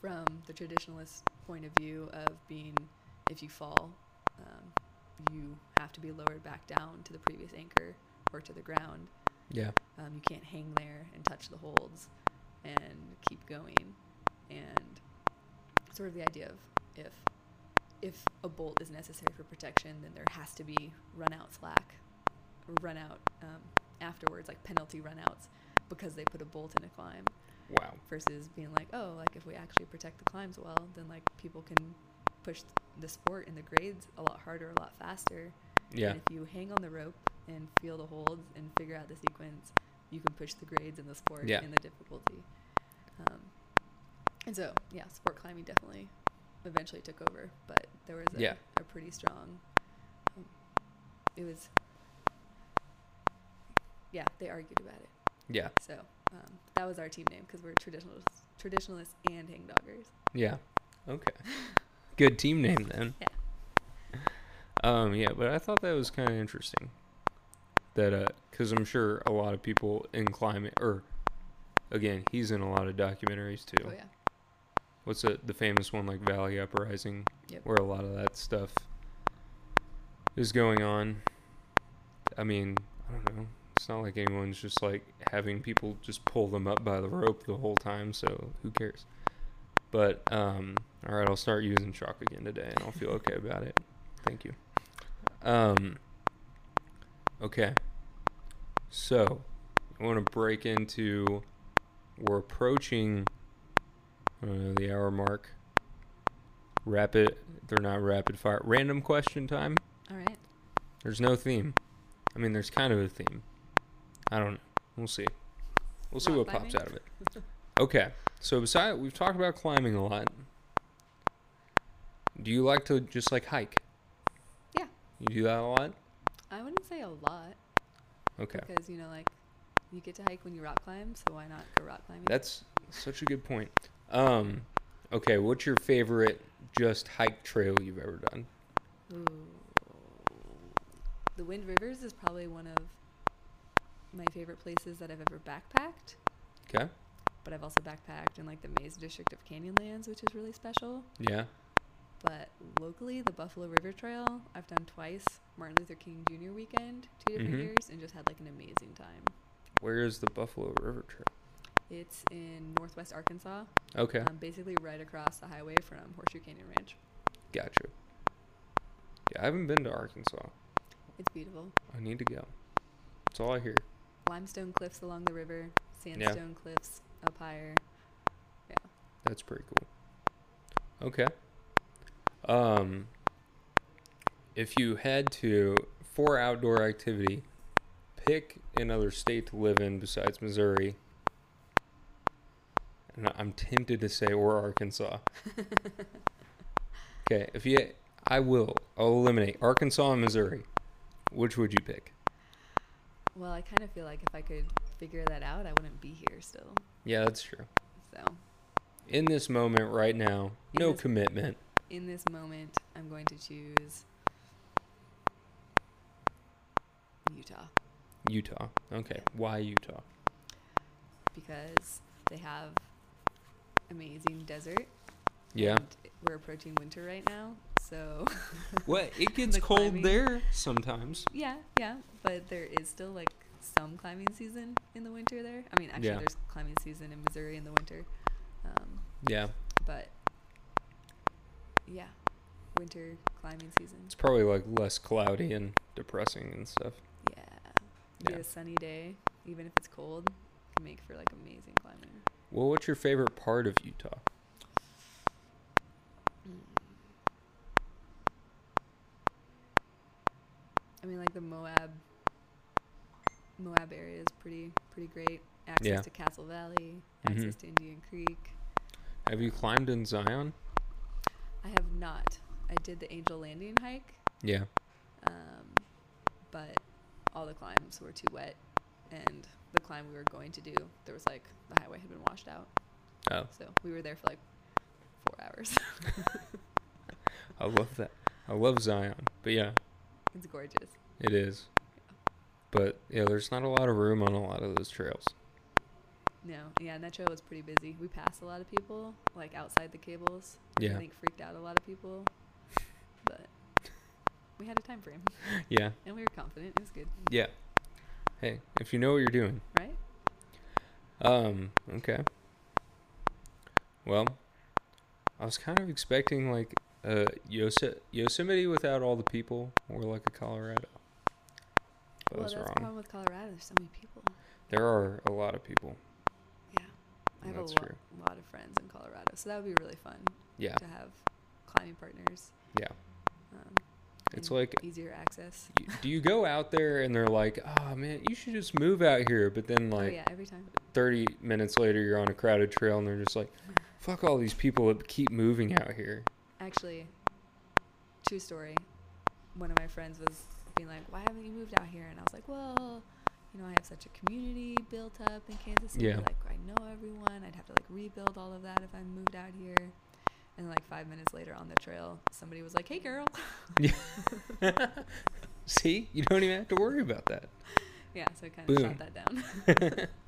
B: from the traditionalist point of view of being if you fall, um, you have to be lowered back down to the previous anchor or to the ground.
C: Yeah.
B: Um, you can't hang there and touch the holds and keep going. And sort of the idea of if if a bolt is necessary for protection, then there has to be run out slack, or run out um, afterwards, like penalty run outs, because they put a bolt in a climb
C: Wow.
B: versus being like, oh, like if we actually protect the climbs well, then like people can push the sport and the grades a lot harder, a lot faster.
C: Yeah.
B: And if you hang on the rope and feel the holds and figure out the sequence, you can push the grades in the sport
C: Yeah.
B: and the difficulty. Um, and so, yeah, sport climbing definitely eventually took over, but there was a,
C: Yeah.
B: a pretty strong. um, It was. Yeah, they argued about it.
C: Yeah.
B: So um, that was our team name because we're traditionalists, traditionalists and hangdoggers.
C: Yeah. Okay. Good team name then.
B: Yeah.
C: Um, yeah, but I thought that was kind of interesting. That because I'm sure a lot of people in climate, or again, he's in a lot of documentaries too.
B: Oh yeah,
C: What's the the famous one like Valley Uprising,
B: Yep.
C: where a lot of that stuff is going on. I mean, I don't know. It's not like anyone's just like having people just pull them up by the rope the whole time, so who cares? But um, all right, I'll start using chalk again today, and I'll feel okay about it. Thank you. Um, okay. So, I want to break into. We're approaching uh, the hour mark. Rapid, they're not rapid fire. Random question time.
B: All right.
C: There's no theme. I mean, there's kind of a theme. I don't know. We'll see. We'll see
B: Rock
C: what
B: climbing?
C: pops out of it. Okay. So beside we've talked about climbing a lot. Do you like to just like hike?
B: Yeah.
C: You do that a lot?
B: I wouldn't say a lot
C: Okay.
B: because you know, like, you get to hike when you rock climb, so why not go rock climbing?
C: That's such a good point. Um okay, what's your favorite just hike trail you've ever done?
B: Ooh. The Wind Rivers is probably one of my favorite places that I've ever backpacked,
C: Okay?
B: but I've also backpacked in like the Maze District of Canyonlands, which is really special.
C: Yeah.
B: But locally, the Buffalo River Trail I've done twice, Martin Luther King Jr. weekend, two different
C: Mhm.
B: years, and just had like an amazing time.
C: Where is the Buffalo River Trail?
B: It's in northwest Arkansas,
C: Okay.
B: um, basically right across the highway from Horseshoe Canyon Ranch.
C: Gotcha. Yeah, I haven't been to Arkansas.
B: It's beautiful.
C: I need to go. That's all I hear.
B: Limestone cliffs along the river, sandstone cliffs up higher. Yeah.
C: That's pretty cool. Okay. Um, if you had to, for outdoor activity, pick another state to live in besides Missouri. And I'm tempted to say or Arkansas. okay, if you, I will. I'll eliminate Arkansas and Missouri. Which would you pick?
B: Well, I kind of feel like if I could figure that out, I wouldn't be here still.
C: Yeah, that's true.
B: So,
C: In this moment, right now,
B: In
C: no
B: this-
C: commitment.
B: in this moment, I'm going to choose Utah
C: Utah. Okay,
B: Yeah.
C: why Utah?
B: because they have amazing desert. (laughs)
C: Yeah.
B: and we're approaching winter right now, so
C: What? It gets
B: The
C: cold
B: climbing.
C: there sometimes.
B: yeah, yeah. But there is still like some climbing season in the winter there. I mean, actually,
C: Yeah.
B: there's climbing season in Missouri in the winter, um,
C: Yeah.
B: but yeah, winter climbing season.
C: It's probably like less cloudy and depressing and stuff.
B: Yeah.
C: Yeah.
B: Get a sunny day, even if it's cold, can make for like amazing climbing.
C: Well, what's your favorite part of Utah?
B: I mean, like the Moab, Moab area is pretty pretty great. Access
C: Yeah.
B: to Castle Valley, access
C: Mhm.
B: to Indian Creek.
C: Have you climbed in Zion?
B: I have not. I did the Angel Landing hike,
C: Yeah.
B: um, but all the climbs were too wet, and the climb we were going to do, there was like the highway had been washed out,
C: Oh,
B: so we were there for like four hours. (laughs)
C: I love that. I love Zion. But yeah,
B: it's gorgeous.
C: it is. But yeah, there's not a lot of room on a lot of those trails.
B: No, yeah, and that trail was pretty busy. We passed a lot of people, like outside the cables. which
C: Yeah.
B: I think freaked out a lot of people. But we had a time frame
C: Yeah.
B: and we were confident. It was good,
C: Yeah. Hey, if you know what you're doing.
B: right?
C: Um, okay. Well, I was kind of expecting like uh Yose- Yosemite without all the people or like a Colorado. But I
B: well,
C: was
B: that's the
C: wrong.
B: problem with Colorado. There's so many people.
C: There are a lot of people.
B: Yeah. I have
C: That's
B: a lo-
C: true.
B: lot of friends in Colorado. So that would be really fun
C: Yeah.
B: to have climbing partners.
C: Yeah.
B: Um,
C: It's
B: and
C: like
B: easier access.
C: you, do you go out there and they're like, "Oh man, you should just move out here." But then
B: oh,
C: like
B: yeah, every time.
C: 30 minutes later you're on a crowded trail and they're
B: (laughs)
C: just like, "Fuck all these people that keep moving out here."
B: Actually, true story. One of my friends was being like, "Why haven't you moved out here?" And I was like, "Well, you know, I have such a community built up in Kansas City.
C: Yeah.
B: Like, I know everyone. I'd have to like rebuild all of that if I moved out here." And like five minutes later on the trail, somebody was like, "Hey, girl." (laughs)
C: See? You don't even have to worry about that.
B: yeah, so I kind of
C: Boom.
B: shot that down. (laughs)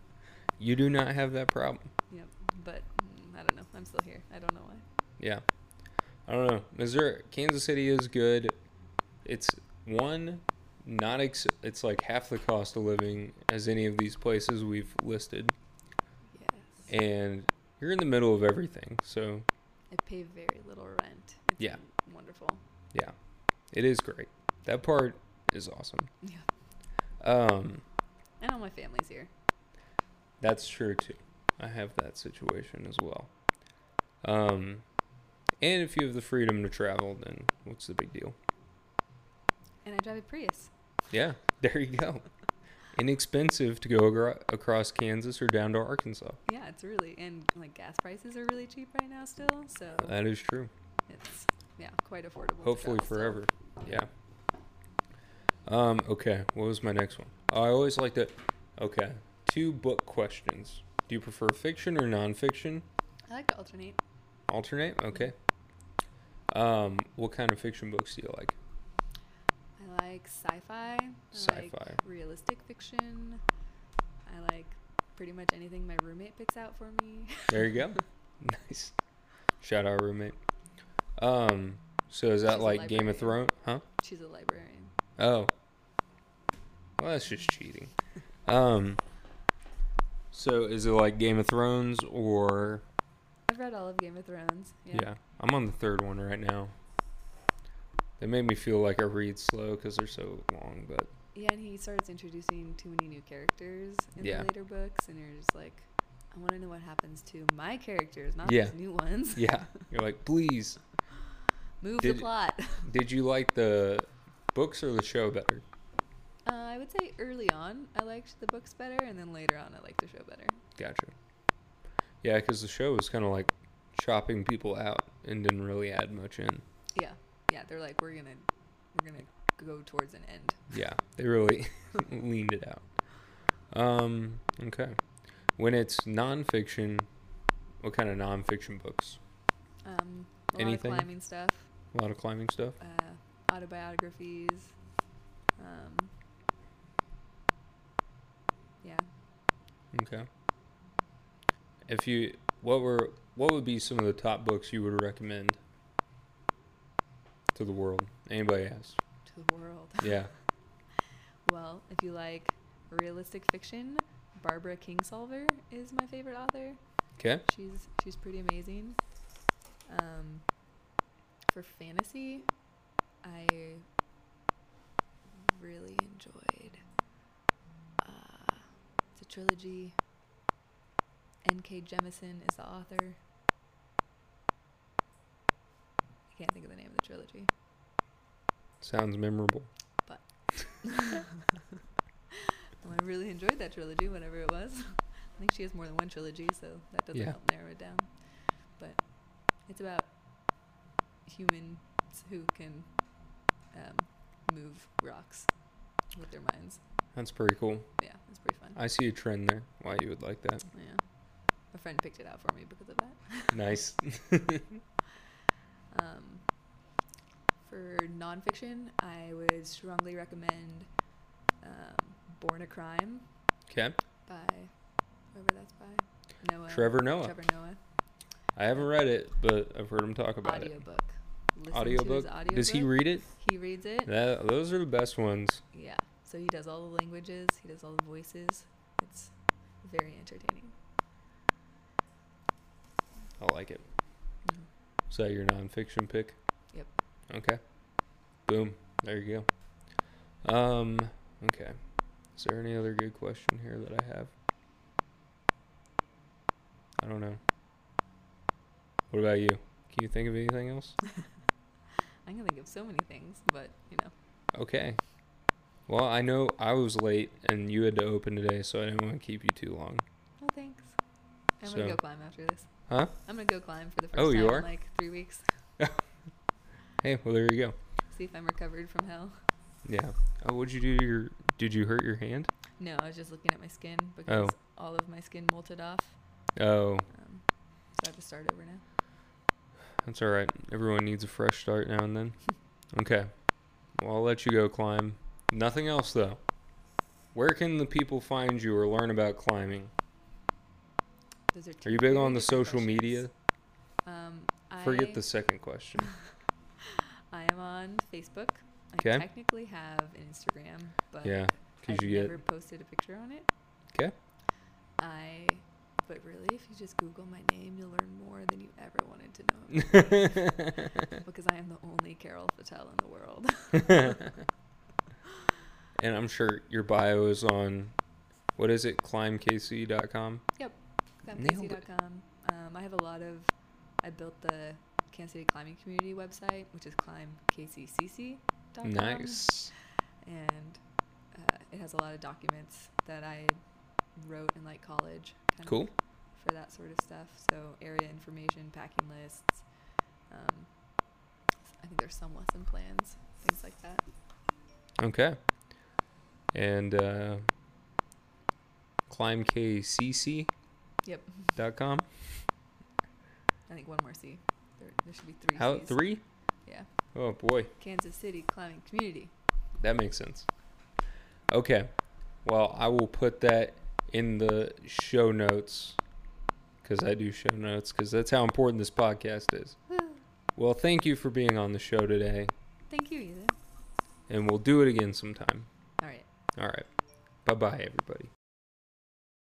C: You do not have that problem.
B: yep. But mm, I don't know. I'm still here. I don't know why.
C: Yeah. I don't know. Missouri, Kansas City is good. It's one, not ex- it's like half the cost of living as any of these places we've listed.
B: Yes.
C: And you're in the middle of everything. So,
B: I pay very little rent. It's
C: Yeah.
B: Wonderful. (laughs)
C: yeah, it is great. That part is awesome.
B: Yeah.
C: Um,
B: And all my family's here.
C: that's true too. I have that situation as well. Um, and if you have the freedom to travel, then what's the big deal?
B: And I drive a Prius.
C: Yeah, (laughs) there you go. Inexpensive to go agro- across Kansas or down to Arkansas.
B: Yeah, it's really and like gas prices are really cheap right now still, so
C: That is true.
B: it's yeah quite affordable. to
C: Uh, Hopefully
B: travel still.
C: forever. Yeah. Um, okay, what was my next one? Oh, I always like to. Okay, two book questions. Do you prefer fiction or nonfiction?
B: I like to alternate.
C: Alternate? Okay. Um, what kind of fiction books do you like?
B: I like sci-fi. I
C: Sci-fi.
B: like realistic fiction. I like pretty much anything my roommate picks out for me.
C: There you go. nice. Shout out roommate. Um, so is that
B: She's a
C: like Game of
B: librarian.
C: Thrones? Huh?
B: (laughs) She's a librarian.
C: Oh. Well, that's just cheating. Um, so is it like Game of Thrones or
B: I've read all of Game of Thrones.
C: Yeah. I'm on the third one right now. They made me feel like I read slow because they're so long, (laughs) but
B: Yeah, and he starts introducing too many new characters in
C: Yeah.
B: the later books, and you're just like, I want to know what happens to my characters, not
C: Yeah.
B: these new ones.
C: yeah, you're like, please.
B: (laughs) Move
C: Did-
B: the plot. (laughs)
C: Did you like the books or the show better?
B: Uh, I would say early on, I liked the books better, and then later on, I liked the show better.
C: Gotcha. Yeah, because the show was kind of like chopping people out and didn't really add much in.
B: Yeah, yeah, they're like, we're gonna, we're gonna go towards an end.
C: Yeah, they really (laughs) leaned it out. Um, okay. When it's nonfiction, what kind of nonfiction books?
B: Um, a
C: Anything?
B: lot of climbing stuff,
C: A lot of climbing stuff?
B: uh, autobiographies. Um, yeah,
C: Okay. If you what were what would be some of the top books you would recommend to the world? Anybody else?
B: to the world.
C: Yeah.
B: Well, if you like realistic fiction, Barbara Kingsolver is my favorite author.
C: Okay.
B: She's she's pretty amazing. Um, for fantasy, I really enjoyed uh, the trilogy. N.K. Jemisin is the author. I can't think of the name of the trilogy.
C: Sounds memorable.
B: Well, I really enjoyed that trilogy, whatever it was. (laughs) I think she has more than one trilogy, so that doesn't
C: Yeah.
B: help narrow it down. But it's about humans who can um, move rocks with their minds.
C: That's pretty cool.
B: Yeah, it's pretty fun.
C: I see a trend there. Why you would like that.
B: yeah. A friend picked it out for me because of that.
C: Nice.
B: Um, for nonfiction, I would strongly recommend um, Born a Crime
C: Okay.
B: by whoever that's by. Noah.
C: Trevor Noah.
B: Trevor Noah.
C: I haven't read it, but I've heard him talk about it.
B: audiobook. Listen to his
C: Audiobook.
B: audiobook.
C: Does he read it?
B: He reads it.
C: That, those are the best ones.
B: Yeah. So he does all the languages. He does all the voices. It's very entertaining.
C: I like it.
B: Mhm.
C: Is that your nonfiction pick?
B: Yep.
C: Okay. Boom. There you go. Um, okay. Is there any other good question here that I have? I don't know. What about you? Can you think of anything else?
B: I can think of so many things, but you know,
C: Okay. Well, I know I was late and you had to open today, so I didn't want to keep you too long.
B: no thanks. I'm gonna
C: So-
B: go climb after this.
C: Huh?
B: I'm gonna go climb for the first
C: Oh,
B: time
C: you are?
B: in like three weeks.
C: Hey, well there you go.
B: See if I'm recovered from hell.
C: Yeah. Oh, what'd you do to your did you hurt your hand?
B: No, I was just looking at my skin because all of my skin molted off.
C: Oh,
B: Um, so I have to start over now.
C: That's all right. Everyone needs a fresh start now
B: (laughs)
C: and then. okay. Well, I'll let you go climb. Nothing else, though. Where can the people find you or learn about climbing?
B: Those are. two
C: Are you big
B: very
C: on the
B: different
C: social
B: questions.
C: media?
B: Um, I,
C: Forget the second
B: (laughs)
C: question.
B: I am on Facebook. I
C: 'Kay.
B: technically have an Instagram, but
C: Yeah,
B: I've
C: because you get
B: never posted a picture on it.
C: 'Kay.
B: I, but really, if you just Google my name, you'll learn more than you ever wanted to know
C: (laughs)
B: because I am the only Carol Patel in the world. (laughs)
C: and I'm sure your bio is on what is it? climbkc.com.
B: yep.
C: Nailed it.
B: ClimbKC.com. Um, I have a lot of. I built the Kansas City Climbing Community website, which is climbkccc.com.
C: Nice.
B: And uh, it has a lot of documents that I wrote in like college. Kind
C: Cool.
B: Of for that sort of stuff. So area information, packing lists. Um, I think there's some lesson plans, things like that.
C: Okay. And uh, climbkcc.com.
B: Yep. I think one more C. There, there should be three.
C: How
B: Cs.
C: three?
B: Yeah.
C: Oh boy,
B: Kansas City climbing community.
C: that makes sense. Okay. Well, I will put that in the show notes because I do show notes because that's how important this podcast is.
B: Woo.
C: Well, thank you for being on the show today,
B: Thank you, Ethan.
C: and we'll do it again sometime.
B: All right.
C: All right. Bye bye, everybody.